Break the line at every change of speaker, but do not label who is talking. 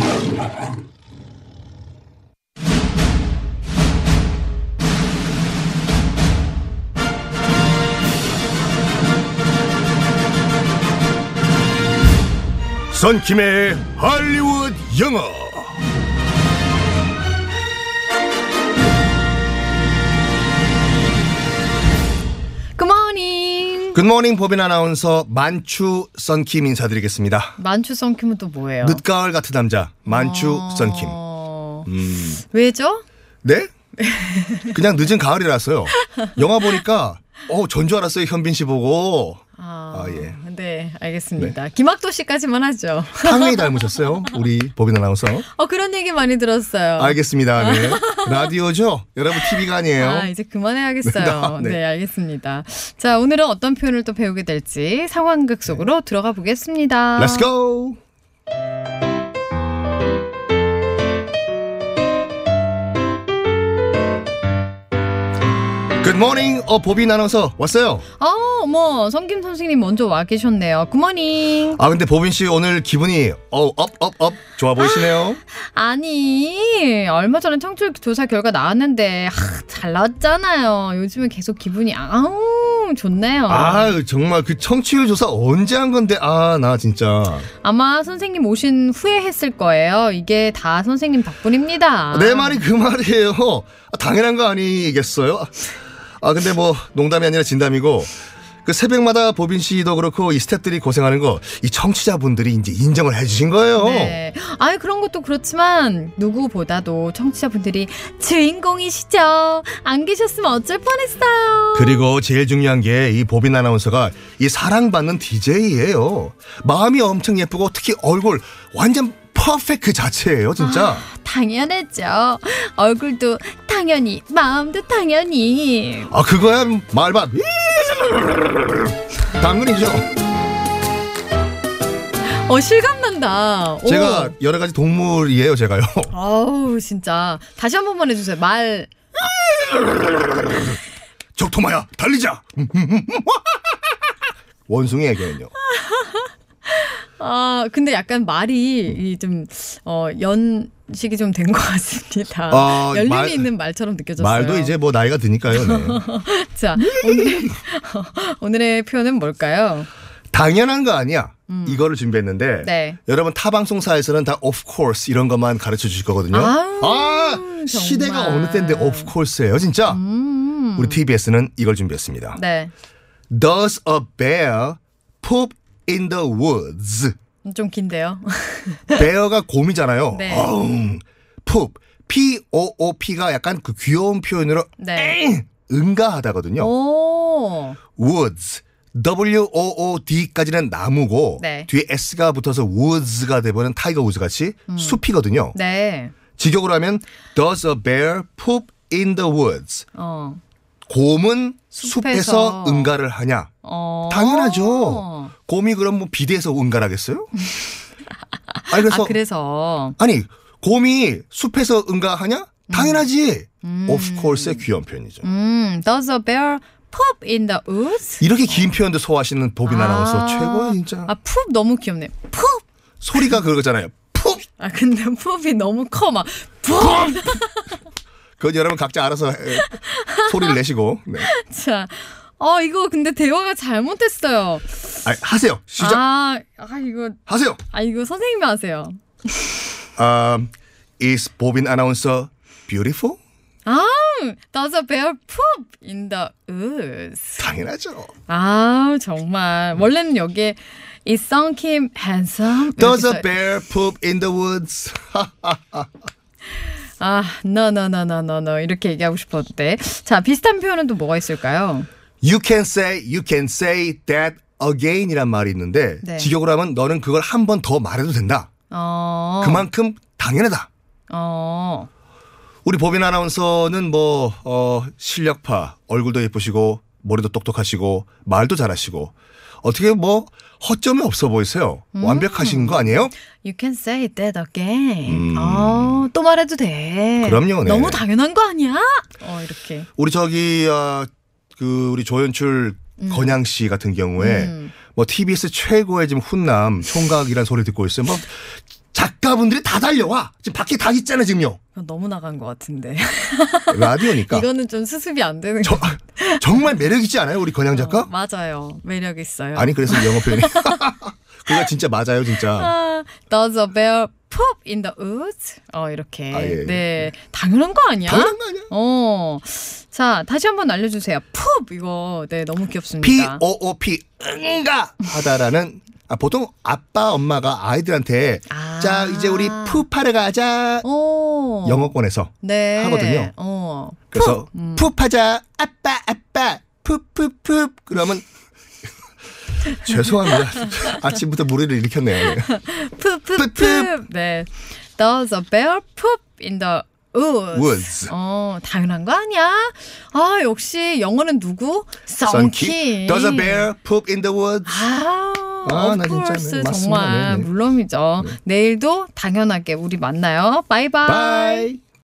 사람.
선킴의 할리우드 영어
굿모닝.
굿모닝 법인 아나운서 만추 선킴 인사드리겠습니다
만추 썬킴은 또 뭐예요?
늦가을 같은 남자 만추
어,
선킴 음.
왜죠?
네? 그냥 늦은 가을이라서요 영화 보니까 어, 전 줄 알았어요 현빈 씨 보고
아,
아, 예.
네, 알겠습니다. 김학도 씨까지만 하죠.
상당히 닮으셨어요 우리 법인 아나운서
어 그런 얘기 많이 들었어요.
알겠습니다 네. 라디오죠? 여러분 TV가 아니에요
아, 이제 그만해야겠어요.
네.
네. 알겠습니다. 자, 오늘은 어떤 표현을 또 배우게 될지 상황극 속으로 들어가 보겠습니다.
Let's go 굿모닝 어 보빈 아나운서 왔어요
아, 어머, 성김 선생님 먼저 와 계셨네요. 굿모닝.
아 근데 보빈 씨 오늘 기분이 어업업업 좋아 보이시네요
아니, 얼마 전에 청취율 조사 결과 나왔는데, 하, 잘 나왔잖아요. 요즘은 계속 기분이, 아우, 좋네요.
아 정말 그 청취율 조사 언제 한 건데 아 나 진짜
아마 선생님 오신 후에 했을 거예요. 이게 다 선생님 덕분입니다.
내 말이 그 말이에요 아, 당연한 거 아니겠어요 아 근데 뭐 농담이 아니라 진담이고 그 새벽마다 보빈 씨도 그렇고 이 스태프들이 고생하는 거 이 청취자분들이 이제 인정을 해주신 거예요
네. 아유, 그런 것도 그렇지만, 누구보다도 청취자분들이 주인공이시죠. 안 계셨으면 어쩔 뻔했어요.
그리고 제일 중요한 게 이 보빈 아나운서가 이 사랑받는 DJ예요. 마음이 엄청 예쁘고 특히 얼굴 완전 퍼펙트 그 자체예요, 진짜.
아, 당연했죠. 얼굴도 당연히, 마음도 당연히.
아, 그거야 말밭. 당근이죠.
어, 실감난다. 오.
제가 여러 가지 동물이에요, 제가요.
어우 진짜 다시 한 번만 해주세요 말
적토마야, 달리자. 원숭이에게는요.
아, 근데 약간 말이 이 좀, 어, 연식이 좀 된 것 같습니다.
아,
연륜이
말-
있는 말처럼 느껴졌어요.
말도 이제 뭐 나이가 드니까요. 네.
자, 오늘, 오늘의 표현은 뭘까요?
당연한 거 아니야. 이거를 준비했는데
음. 네.
여러분 타 방송사에서는 다 of course 이런 것만 가르쳐 주실 거거든요.
아우, 정말. 음.
시대가 어느 때인데 of course예요, 진짜. 우리 TBS는 이걸 준비했습니다.
네.
Does a bear poop in the woods?
좀 긴데요.
베어가 곰이잖아요.
네.
어음, poop, p o o p가 약간 그 귀여운 표현으로
네.
엥! 응가하다거든요.
어? 오.
woods. W-O-O-D까지는 나무고
네.
뒤에 S가 붙어서 woods가 되버는 타이거 우즈 같이
음.
숲이거든요.
네.
직역으로 하면 does a bear poop in the woods?
어.
곰은
숲에서
숲에서 응가를 하냐?
어.
당연하죠. 곰이 그럼 뭐 비대에서 응가하겠어요? 아니
아,
그래서 아,
그래서.
니 곰이 숲에서 응가하냐? 당연하지. of course의 귀여운 표현이죠.
음, does a bear poop in the woods?
이렇게 긴 표현도 소화하시는 보빈 아. 나운서
아.
최고야 진짜.
아, poop 너무 귀엽네. poop!
소리가 그거잖아요. 푹.
아 근데 푸비 너무 커 막.
그건 여러분 각자 알아서 에, 소리를 내시고 네.
자, 어 이거 근데 대화가 잘못됐어요.
아, 하세요. 시작
아, 아 이거
하세요.
아 이거 선생님이 하세요.
아, is 보빈 아나운서 beautiful?
아, does a bear poop in the woods?
당연하죠.
아 정말 원래는 여기에 is Sung Kim handsome? 이렇게
Does
써-
a bear poop in the woods?
아, no no no no no no 이렇게 얘기하고 싶었는데. 자, 비슷한 표현은 또 뭐가 있을까요?
You can say, you can say that again이란 말이 있는데
네.
직역으로 하면 너는 그걸 한 번 더 말해도 된다.
어,
그만큼 당연하다.
어,
우리 보빈 아나운서는 뭐 어, 실력파, 얼굴도 예쁘시고 머리도 똑똑하시고 말도 잘하시고 어떻게 뭐 허점이 없어 보이세요.
음.
완벽하신 거 아니에요?
you can say that again. 어, 또 말해도 돼.
음. 그럼요, 네.
너무 당연한 거 아니야? 어, 이렇게.
우리 저기 아, 그 우리 조연출
음.
건양 씨 같은 경우에 뭐 TBS 최고의 지금 훈남 총각이란 소리 듣고 있어요. 뭐 작가분들이 다 달려와. 지금 밖에 다 있잖아요, 지금요.
이건 너무 나간 것 같은데.
라디오니까.
이거는 좀 수습이 안 되는
저- 정말 매력있지 않아요, 우리 권양
거. 어,
작가?
맞아요. 매력 있어요.
아니, 그래서 영어 표현이. 그거 진짜 맞아요, 진짜.
아, Does a bear poop in the woods? 어 이렇게.
아, 예, 예.
네, 당연한 거 아니야?
당연한 거 아니야?
어. 자, 다시 한번 알려주세요. 푹! 이거, 네, 너무 귀엽습니다.
P-O-O-P, 어, 응가! 하다라는, 아, 보통 아빠, 엄마가 아이들한테,
아.
자, 이제 우리 푸파를 가자.
어.
영어권에서.
네.
하거든요.
어.
그래서,
음.
푸파자, 아빠, 아빠, 푸푸푸. 그러면, 죄송합니다. 아침부터 무리를 일으켰네요.
푹, 푹,
푹,
푹. 네. Does a bear poop in the woods?
Woods.
어, 당연한 거 아니야? 아, 역시 영어는 누구? 썬키.
Does a bear poop in the woods?
아,
아,
of
나 진짜
course.
네, 맞습니다.
정말
네, 네.
물론이죠. 내일도 당연하게 우리 만나요. 바이바이.
Bye.